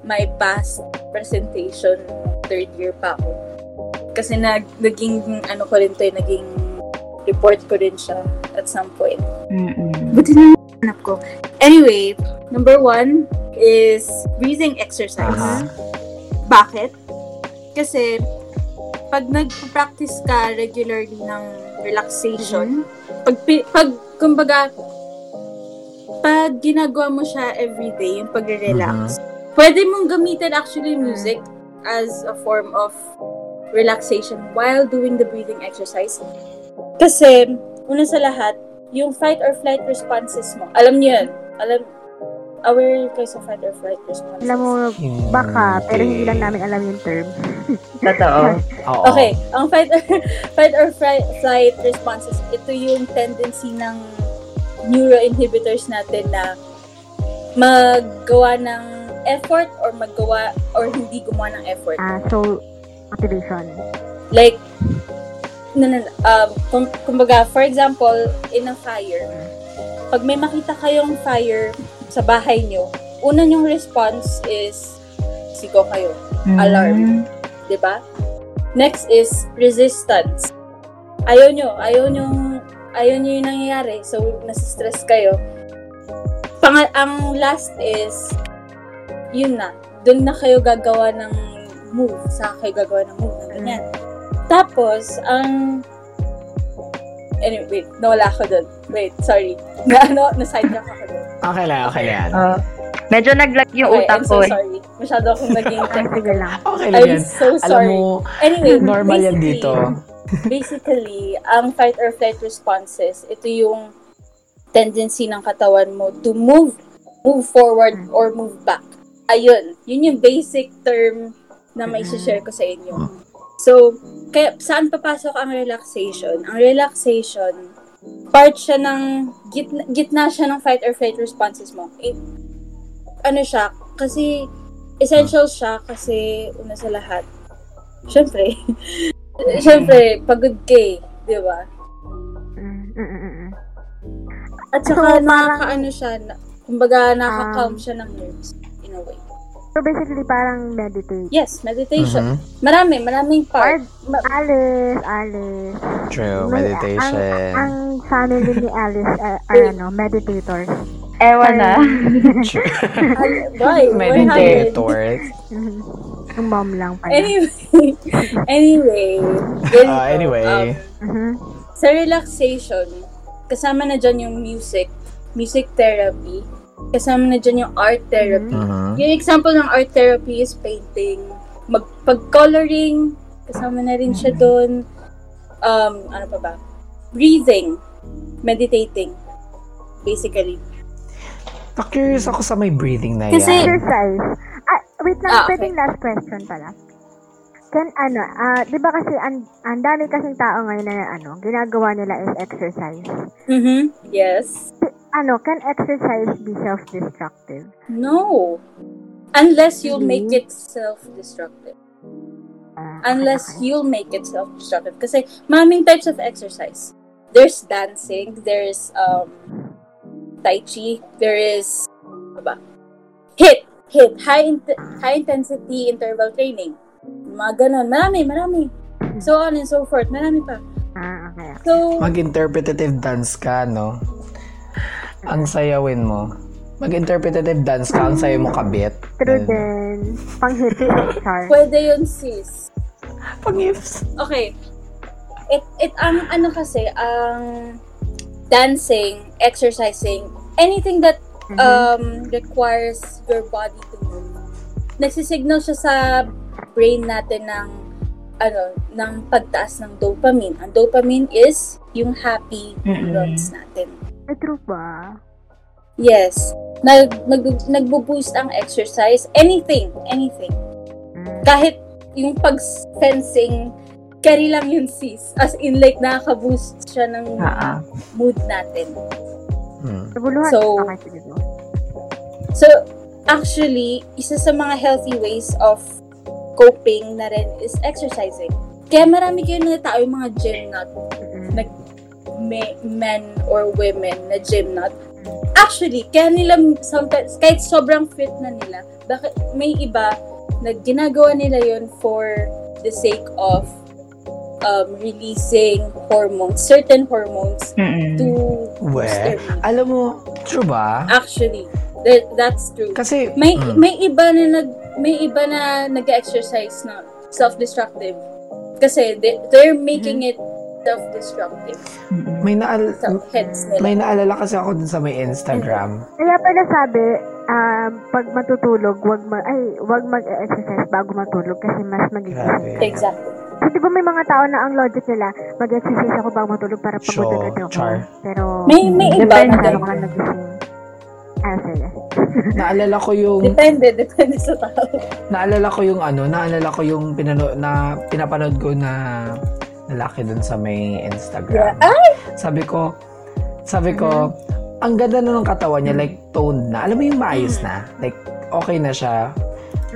my past presentation third year pa ako. Kasi nag, naging, ano ko rin to, eh, naging report ko rin siya at some point.
Mm-mm.
Buti na yung hanap ko. Anyway, number one is breathing exercise.
Aha.
Bakit? Kasi, pag nag-practice ka regularly ng relaxation, pag, pi- pag, kumbaga, pag ginagawa mo siya everyday, yung pagre-relax, pwede mong gamitin actually music as a form of relaxation while doing the breathing exercise. Kasi, una sa lahat, yung fight or flight responses mo. Alam niyo yun. Alam, aware kayo sa fight or flight responses.
Alam mo,
Hindi.
baka, pero hindi lang namin alam yung term.
Totoo.
Oo.
Okay, ang fight or, fight or flight, flight responses, ito yung tendency ng neuroinhibitors natin na maggawa ng effort or maggawa or hindi gumawa ng effort.
Ah, so, motivation.
Like, na, na, um, kum, kumbaga, for example, in a fire, pag may makita kayong fire sa bahay nyo, una yung response is, sigo kayo, Alarm. di ba? Diba? Next is resistance. Ayaw nyo, ayaw nyo, ayaw nyo yung nangyayari, so nasistress kayo. Pang, ang last is, yun na, doon na kayo gagawa ng move, sa kayo gagawa ng move, ng ganyan.
Mm.
Tapos, ang... Anyway, wait, nawala ako doon. Wait, sorry. Na, ano, na-sidetrack ako doon.
Okay lang, okay lang.
Uh,
Ah, medyo naglag yung
Okay,
utak
I'm
ko.
so
eh.
sorry. Masyado akong naging
Ah, sige lang.
Okay lang
I'm
yan.
so
Alam
sorry.
mo,
Anyway,
normal yan
basically-
dito.
basically, ang fight or flight responses, ito yung tendency ng katawan mo to move, move forward or move back. Ayun, yun yung basic term na may share ko sa inyo. So, kaya, saan papasok ang relaxation? Ang relaxation, part siya ng, gitna, gitna siya ng fight or flight responses mo. Eh, ano siya, kasi, essential siya kasi, una sa lahat, syempre, Siyempre, pagod ka eh, di ba?
Mm, mm, mm, mm, mm.
At
So,
saka
parang-
nakakaano siya, na, kumbaga nakaka-calm siya ng nerves in a way.
So, basically, parang meditate.
Yes,
Mhm.
meditation. Marami, maraming part. Ma-
Alice, Alice.
True,
May-
meditation.
Ang, ang family ni Alice uh, are ano, meditators.
Ewan na.
Why? What happened?
Meditators.
Mhm. Yung mom lang pala.
Eh, Anyway, anyway, ganito,
Ah, anyway.
um,
Mhm.
sa relaxation, kasama na dyan yung music, music therapy, kasama na dyan yung art therapy,
Mhm.
Yung example ng art therapy is painting. Mag, pag-coloring, kasama na rin siya doon. Um, ano pa ba? Breathing. Meditating. Basically.
Na-curious ako sa may breathing na yan.
Kasi-
Exercise. Ah, wait lang,
Ah, okay.
pwedeng last question pala. Can ano, ah, 'di ba kasi ang ang dami kasing tao ngayon na ano, ginagawa nila is exercise.
Mm-hmm. Yes.
Ano, can exercise be self-destructive?
No. Unless you'll
Mhm.
make it self-destructive.
Ah,
Unless
okay,
you'll make it self-destructive. Kasi maraming types of exercise. There's dancing, there's um, tai chi, there is ano ba? hit, hit, high int- high intensity interval training. Mga ganun. Marami, marami. So on and so forth. Marami pa.
okay. Ah, okay.
So,
Mag-interpretative dance ka, no? Ang sayawin mo. Mag-interpretative dance ka, ang sayo mo kabit.
True din. Pang-hit char.
pwede yun sis.
Pang-ifs.
Okay. It, it, ang ano kasi, ang dancing, exercising, anything that um requires your body to move. nagsisignal siya sa brain natin ng ano, ng pagtaas ng dopamine. Ang dopamine is yung happy
Mm-mm.
neurons natin.
Ay, true ba?
Yes. Nag, nag, nagbo-boost ang exercise. Anything. Anything.
Mm.
Kahit yung pag-sensing, carry lang yun sis. As in like, nakaka-boost siya ng
Ah, ah.
mood natin.
Hmm.
Naguluhan.
So-
okay, sige go.
So, actually, isa sa mga healthy ways of coping na rin is exercising. Kaya marami kayo na tao yung mga gym nut,
Mm-mm.
nag me- men or women na gym nut. Actually, kaya nila sometimes, kahit sobrang fit na nila, bakit may iba na ginagawa nila yon for the sake of um, releasing hormones, certain hormones to
Mm-mm.
boost
Well,
their mood.
alam mo, true ba?
Actually, that, that's true.
Kasi,
May
Mm.
may iba na nag may iba na nag-exercise na self-destructive. Kasi they, they're making it self-destructive.
Mm-mm.
may naal...
So, hence nila.
May naalala kasi ako dun sa may Instagram.
Kaya pala sabi, um, pag matutulog, wag mag, ay, wag mag-exercise bago matulog kasi mas magigising
Grabe.
ka.
Exactly.
Kasi di ba may mga tao na ang logic nila, mag-exercise ako bago matulog para
Sure,
pagod agad ako.
char.
Pero,
May may iba
Depende
na
masyado ka
ganun.
lang nagising. Ah, sige.
Naalala ko yung...
Depende, depende sa tao.
Naalala ko yung ano, naalala ko yung pinano, na pinapanood ko na lalaki dun sa may Instagram.
Yeah.
Sabi ko, sabi ko, ang ganda na ng katawan niya, like toned na. Alam mo yung maayos na, like okay na siya.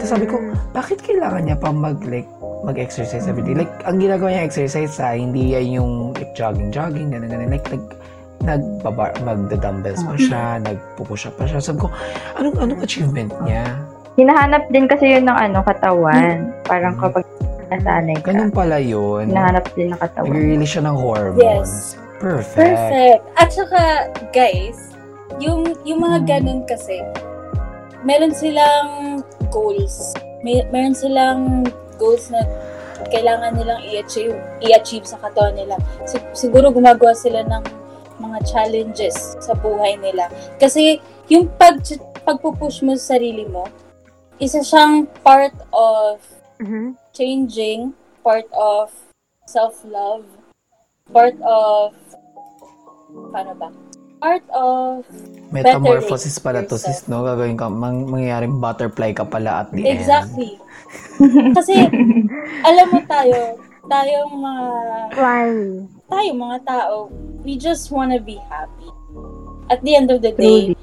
Tapos sabi ko, bakit kailangan niya pa mag like mag-exercise every day? Like ang ginagawa niya exercise sa hindi yan yung like, jogging jogging ganun ganun like nag nagbaba magda-dumbbells pa siya, nagpupush up pa siya. Sabi ko, anong anong achievement niya?
Hinahanap din kasi yun ng ano, katawan. Parang kapag nasanay ka,
Ganun pala yun.
hinahanap din ng katawan.
Nag-release siya ng hormones.
Yes.
Perfect.
Perfect. At saka, guys, yung, yung mga ganun kasi, meron silang goals. May, meron silang goals na kailangan nilang i-achieve, i-achieve sa katawan nila. Si- siguro gumagawa sila ng mga challenges sa buhay nila. Kasi yung pag pagpupush mo sa sarili mo, isa siyang part of
Mhm.
changing, part of self-love, part of, paano ba? Part of,
Metamorphosis pala to
Yourself.
sis, no? Gagawin ka, mang, mangyayaring butterfly ka pala at the end.
exactly. Kasi, alam mo tayo, tayong mga,
Why?
tayo mga tao, we just wanna be happy. At the end of the day,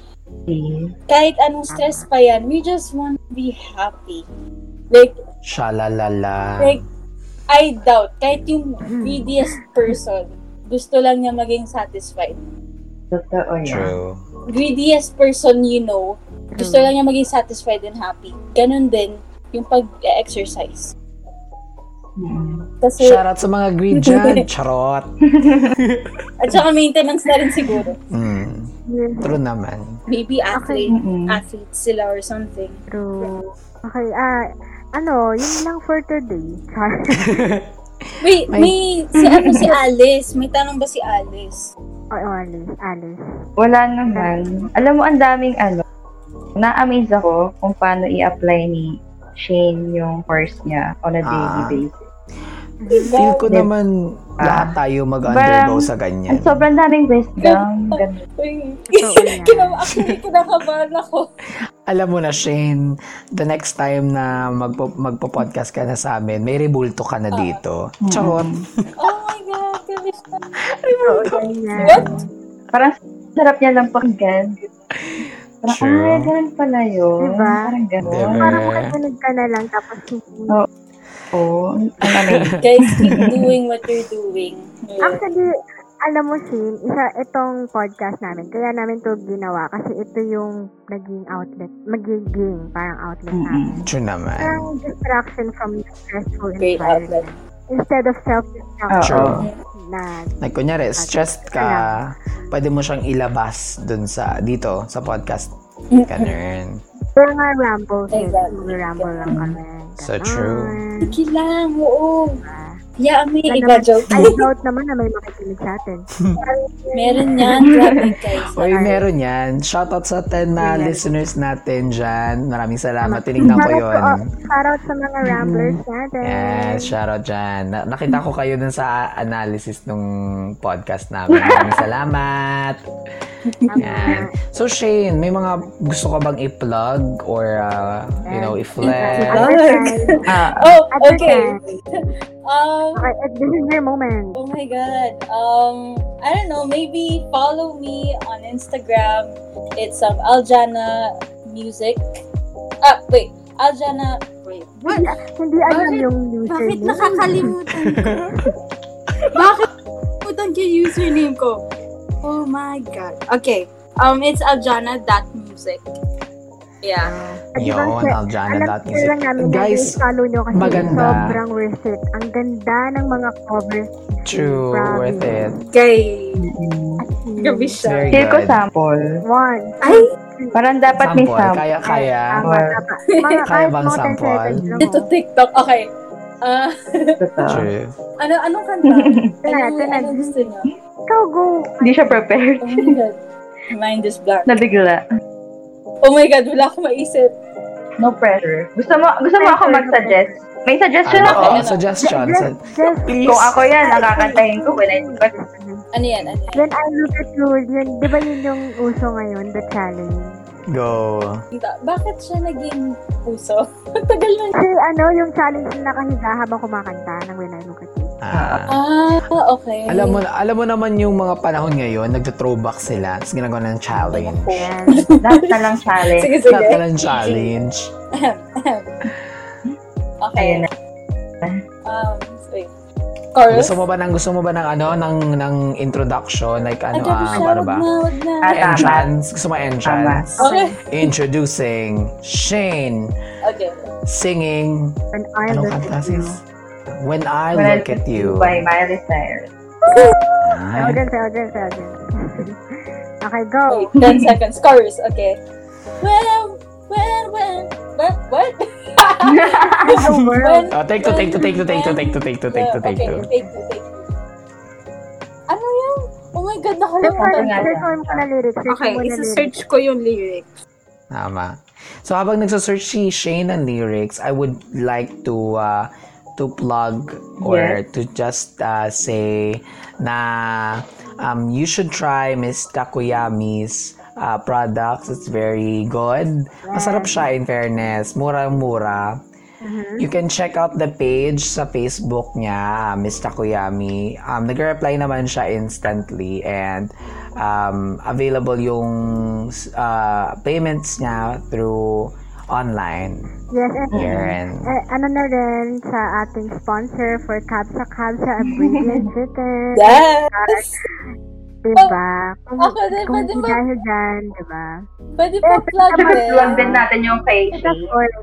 kahit anong stress pa yan, we just wanna be happy. Like,
Shalalala.
Like, I doubt, kahit yung greediest person, gusto lang niya maging satisfied.
Totoo yan.
True.
Greediest person you know, gusto
Hmm.
lang niya maging satisfied and happy. Ganun din yung pag-exercise.
Mm-mm.
Kasi,
Shoutout sa mga green dyan. Charot.
at saka maintenance na rin siguro.
Mm.
Yes,
True naman.
Maybe athlete,
Mm-mm.
athlete sila or something.
true. Okay, ah, ano, yun lang for today. Char.
Wait, may, si ano si Alice? May tanong ba si Alice?
Oo, Alice, Alice.
Wala naman. Alam mo, ang daming ano. Na-amaze ako kung paano i-apply ni Shane yung course niya on a daily
Ah.
basis.
Feel ko
Yes.
naman lahat tayo mag-undergo sa ganyan.
Ang sobrang daming wisdom. ganun.
Uy,
Totoo yan.
kinab- actually, kinakabahan ako.
Alam mo na, Shane, the next time na magpo, magpo-podcast ka na sa amin, may rebulto ka na dito.
Mm-hmm.
Charot.
Oh my God, Chris.
Oo, ganyan.
What?
Parang sarap niya lang pakinggan. Parang,
True.
ay, ganun pala yun.
Diba?
Parang ganun.
Diba?
Parang makikinig ka na lang tapos hindi
Oo. Ang amazing.
Guys, keep doing what you're doing. Yeah.
Actually, alam mo, Shin, isa itong podcast namin. Kaya namin to ginawa kasi ito yung naging outlet, magiging parang outlet namin.
True naman.
Parang distraction from the stressful
Great outlet.
environment. Instead of self-destruction
Ah, True.
Oo.
na
Like, kunyari, stressed ka, pwede mo siyang ilabas dun sa, dito, sa podcast. Ganun.
Pero nga ramble,
Exactly.
exactly. ramble lang kami.
So
Ganon.
true.
Sige lang, oo.
Ah,
Yeah, may
Sana
iba
may-
joke.
I doubt naman na may makikinig sa atin.
Meron yan. Grabe, guys.
Uy, meron yan. Shoutout sa 10 na listeners natin dyan. Maraming salamat. Tinignan ko
Shoutout to,
yun.
oh, Shoutout sa mga ramblers natin.
Mm. Yes, shoutout dyan. Na- nakita ko kayo dun sa analysis nung podcast namin. Maraming salamat. Yan. So Shane, may mga gusto ka bang i-plug or uh, you know, i-flex?
Advertise.
Ah,
Oh, okay.
Advertise.
Um,
Okay, at this is your moment.
Oh my god. Um, I don't know. Maybe follow me on Instagram. It's um Aljana Music. Ah, wait. Aljana. Wait.
What?
Hindi alam
Bakit-
yung
Bakit
username.
nakakalimutan ko? Bakit nakakalimutan ko yung username ko? Oh my God. Okay. Um, it's aljana.music. Yeah.
Advance
yun,
eh.
Aljana
Alam
dot
ko
music.
lang namin
Guys,
na follow nyo kasi
maganda.
sobrang worth it. Ang ganda ng mga covers.
true,
Promise.
worth it.
Okay. Gabi
It's very
Share ko
good.
sample.
One.
Ay,
Parang dapat may
Sample,
sample.
kaya, kaya.
Tama, tama. Mga
Kaya
kahit
bang
mga 10
sample?
seconds lang,
Ito
oh.
TikTok. Okay. Ah,
Totoo.
True.
ano anong kanta?
Wala,
Anong,
wala.
anong gusto niyo?
Ikaw, go.
Hindi siya prepared.
Oh my god. Mind is blank.
Nabigla.
Oh my god, wala akong maisip.
No pressure. Gusto mo gusto mo ako mag-suggest? May suggestion
Ano,
ako.
oh, suggestion.
Just, just,
Please.
Kung ako yan, nakakantahin ko when I but
Ano yan? Ano yan?
When I look at you, yun, di ba yun yung uso ngayon, the challenge?
Go.
Kanta. Bakit siya naging puso? Ang tagal na.
Kasi ano, yung challenge na nakahiga habang kumakanta ng When I Look at You.
Ah.
Ah, okay.
Alam mo, alam mo naman yung mga panahon ngayon, nagto-throwback sila. Tapos ginagawa ng challenge.
Yes.
lahat na lang challenge.
Sige,
Lahat
sige.
na ng challenge.
Ayun
Okay.
na.
Um, wait. Chorus?
Gusto mo ba ng gusto mo ba ng ano ng ng introduction like ano
Ay, grabe
ah,
siya,
ano
wag
ba?
na, wag na.
Ah, tama.
Entrance. Gusto mo entrance?
Okay.
Introducing Shane
Okay.
singing
When I
anong
Look
kanta
at You.
sis? When I
When I
look at you.
By Miley Cyrus.
Ah.
Thousand, thousand, thousand. Okay, go.
Wait, 10 seconds. Chorus, okay. When, when, when, what, what?
Hello, world.
When,
Oh, take two, take two, take two, take two, take two, take two, take two, take
okay,
two.
take two, take two. Ano yun? Oh my God,
Search
nakalimutan.
nga.
search mo na lyrics. Search
Okay,
mo na lyrics.
isa-search ko yung lyric.
Tama. So habang nagsasearch si Shane ng lyrics, I would like to uh, to plug or to just uh, say na um, you should try Miss Takuyami's uh, products. It's very good. Masarap siya in fairness. Murang-mura.
Mm-hmm.
You can check out the page sa Facebook niya, uh, Miss Takuyami. Um, nag-reply naman siya instantly and um, available yung uh, payments niya through online.
Yes, and
Mm-hmm.
Here and
eh, ano na rin sa ating sponsor for Kabsa Kabsa, a brilliant chicken.
Yes!
Diba? Kung,
Ako din,
kung
pwede ba-
dahil dyan, diba?
Pwede pa plug
Yes,
din.
Luwag din natin yung kay
Of
Shane.
course.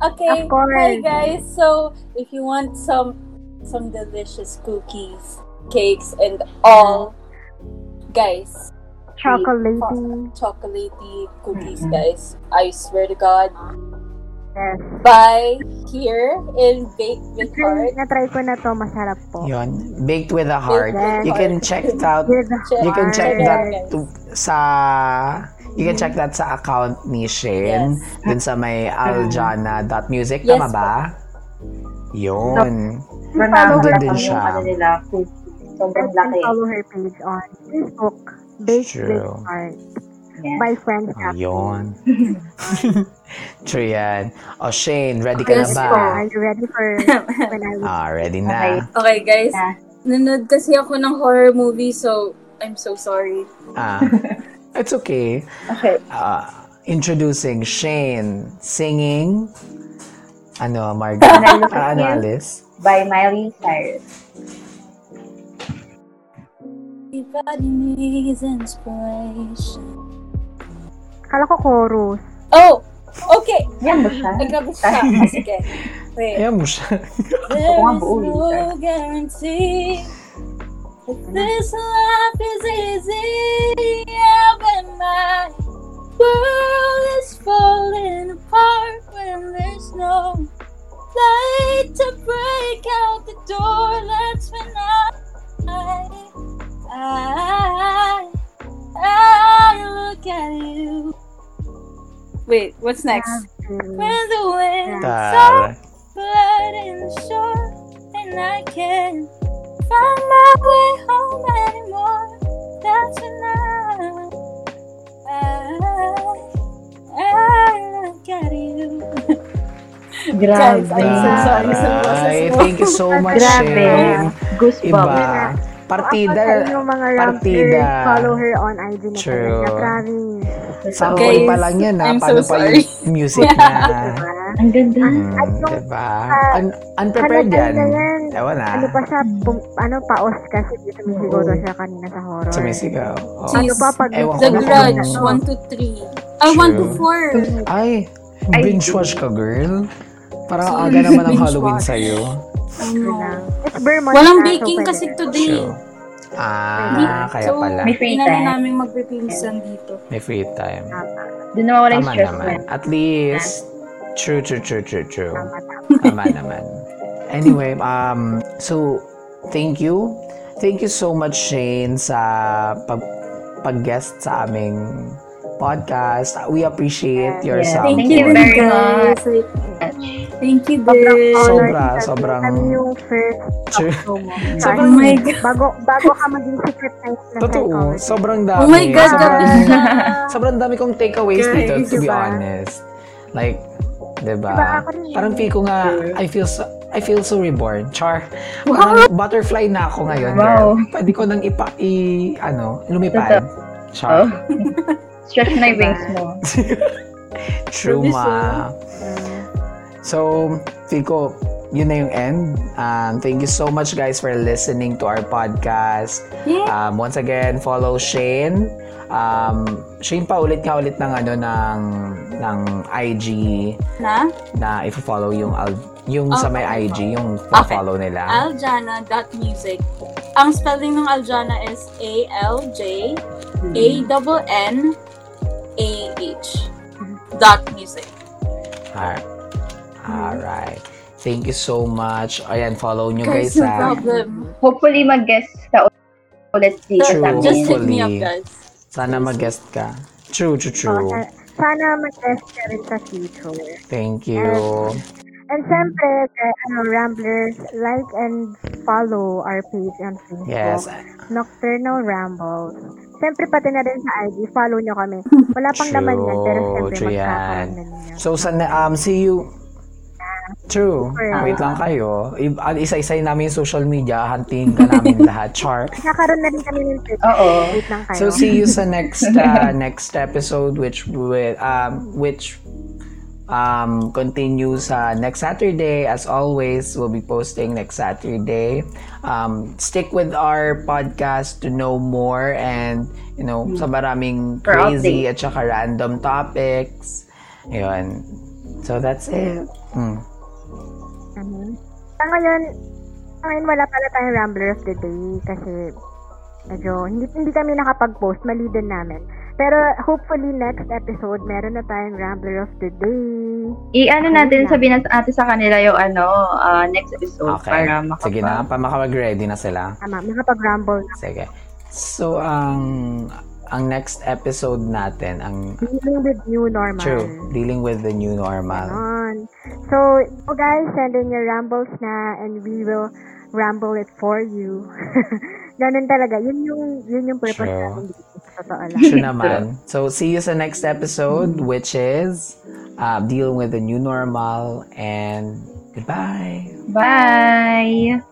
Okay,
Of course.
hi guys. So if you want some some delicious cookies, cakes, and all, guys,
Chocolatey.
chocolatey cookies,
Mm-hmm.
guys. I swear to God,
Yes.
buy here in Bake with
Try,
Heart.
na-try ko na to, masarap po.
yun, baked with a heart.
Baked with
You
a
can
heart.
check it out.
With
You can check
Check it
that
out, guys.
to, sa you can check that sa account ni Shane
Yes. Uh-huh.
dun sa may aljana.music
Yes,
tama ba? Yun.
Pronounced
Nandun
lang
din
yung
siya.
ano nila. cookie. Sobrang
and
laki.
follow her page on Facebook. Baked with
True.
Art.
Yeah.
By Friends
Ayun. True yan. O Shane, ready ka na
Yes
ba?
po.
Are you ready for when I was
Ah, ready na.
Okay.
Okay, guys.
Yeah.
Nanood kasi ako ng horror movie, so I'm so sorry.
Ah, it's okay.
Okay.
Ah, introducing Shane singing ano, Margot? Ah, ano, Alice?
By Miley Cyrus.
Everybody needs inspiration.
Kala ko chorus.
Oh, okay.
Yan mo siya.
Ay, grabe siya. Sige. Wait.
Ayan mo siya.
There
nga
is
buo yun,
no guarantee that this life is easy. Yeah, but my world is falling apart when there's no light to break out the Wait, what's next?
Grabe.
When the wind
Tara.
blood and shore, and I can't find my way home anymore. That's enough. I, I look at you.
Grabe.
Guys, I'm so sorry sa boses
Ay,
ko.
thank you so much,
Grabe.
Shem.
Goosebumps.
Iba.
Ako
Partida.
sa inyo, mga
partida.
rampers, follow her on IG na
True.
talaga. Grabe.
Sample
Guys,
pa lang yan, ha?
I'm
Paano
so
pa yung music na?
Diba?
Ah.
Ang ganda.
Mm,
At yung,
diba?
ah,
Un- unprepared
halaga
yan.
na yan.
Ewan ah. na.
Ano pa siya? Pum- ano, paos kasi sumisigaw daw siya kanina sa horror.
Sumisigaw. Oh.
Jeez.
Ano pa pag...
Ewan
The
Ano ko
Grudge,
yung-
1 to 3. Ay, 1 to
True.
4.
Ay,
Ay,
binge watch ka, girl. Parang
Sorry,
aga naman ang
binge
Halloween
watch.
sa'yo.
Ano?
It's bare months
Walang
na, so
baking
pwede
kasi
na.
today.
True. Ah, kaya
so,
pala.
May free
Inano
time.
namin magpipinsan dito.
May free time.
Doon nawawala yung
Tama
stress
naman.
na.
At least, true, true, true, true, true.
Tama, tama.
Tama naman. Anyway, um, so, thank you. Thank you so much, Shane, sa pag pag-guest sa aming podcast. We appreciate your
Yes.
support.
Thank
Thank, you,
you very
guys. Like, Thank you,
Sobrang
guys.
honored
Sobra,
kasi
sobrang-
Kami yung first
True.
show mo.
Oh my
Kasi Bago, bago ka maging secret na na
Totoo,
psychologist.
sobrang dami.
Oh my God,
sobrang,
Gabriela.
sobrang dami kong takeaways
Guys,
dito, to be
diba?
honest. Like, diba?
Diba, ako rin.
Parang feel ko nga, I feel so, I feel so reborn. Char. Parang butterfly na ako ngayon.
Wow.
Girl. Pwede ko nang ipa, i, ano, lumipad. Char.
Oh. Stretch na yung wings mo.
True, ma. So, feel ko, yun na yung end. Um, thank you so much guys for listening to our podcast. Um, once again, follow Shane. Um, Shane pa ulit nga ulit ng ano ng ng IG
Na,
na if follow yung al- yung sa may
Ah, Okay.
IG yung
Okay. Ah,
follow nila.
aljana.music. Ang spelling ng aljana is A-L-J-A-N-N-A-H dot music.
All right. Thank you so much. Ayan, follow nyo guys.
Guys, no
ah.
problem.
Hopefully, mag-guest ka ulit dito
True.
sa amin.
Just hit me up,
Hopefully.
guys.
Sana mag-guest ka. True, true, true.
Sana- Sana mag-test ka rin sa future.
Thank you.
And syempre, eh, ano, Ramblers, like and follow our page on Facebook.
Yes.
Nocturnal Rambles. Siyempre, pati na rin sa IG, follow nyo kami. Wala pang
True,
naman yan, pero siyempre,
true yan.
magkakaroon na ninyo.
So, sana, um, see you. True.
Sure.
Wait lang kayo. I- ah, Isa-isay namin yung social media. Hunting ka namin lahat. Char.
Nagkakaroon na rin kami ng trip.
Oo.
Wait lang kayo.
So, see you sa next uh, next episode which will, um, which um, continue sa next Saturday. As always, we'll be posting next Saturday. Um, stick with our podcast to know more and, you know, sa maraming
For
crazy at saka random topics. Ayun. So, that's it. Mm.
Mhm. Sa ngayon, sa ngayon wala pala tayong Rambler of the Day kasi medyo hindi, hindi kami nakapag-post, mali din namin. Pero hopefully next episode, meron na tayong Rambler of the Day.
I-ano natin, sabihin na ate sa kanila yung ano, ah, next episode
Okay.
para makapag...
Sige na, pa makapag-ready na sila.
Tama, nakapag-ramble na.
Sige. So, ang ang next episode natin, ang
Dealing with new normal.
True. Dealing with the new normal.
Ganon. So, so guys, send in your rambles na and we will ramble it for you. Ganon talaga. Yun yung, yun yung purpose
True.
namin dito. Sa totoo lang.
True naman. So, see you sa next episode, which is uh, dealing with the new normal and goodbye.
Bye!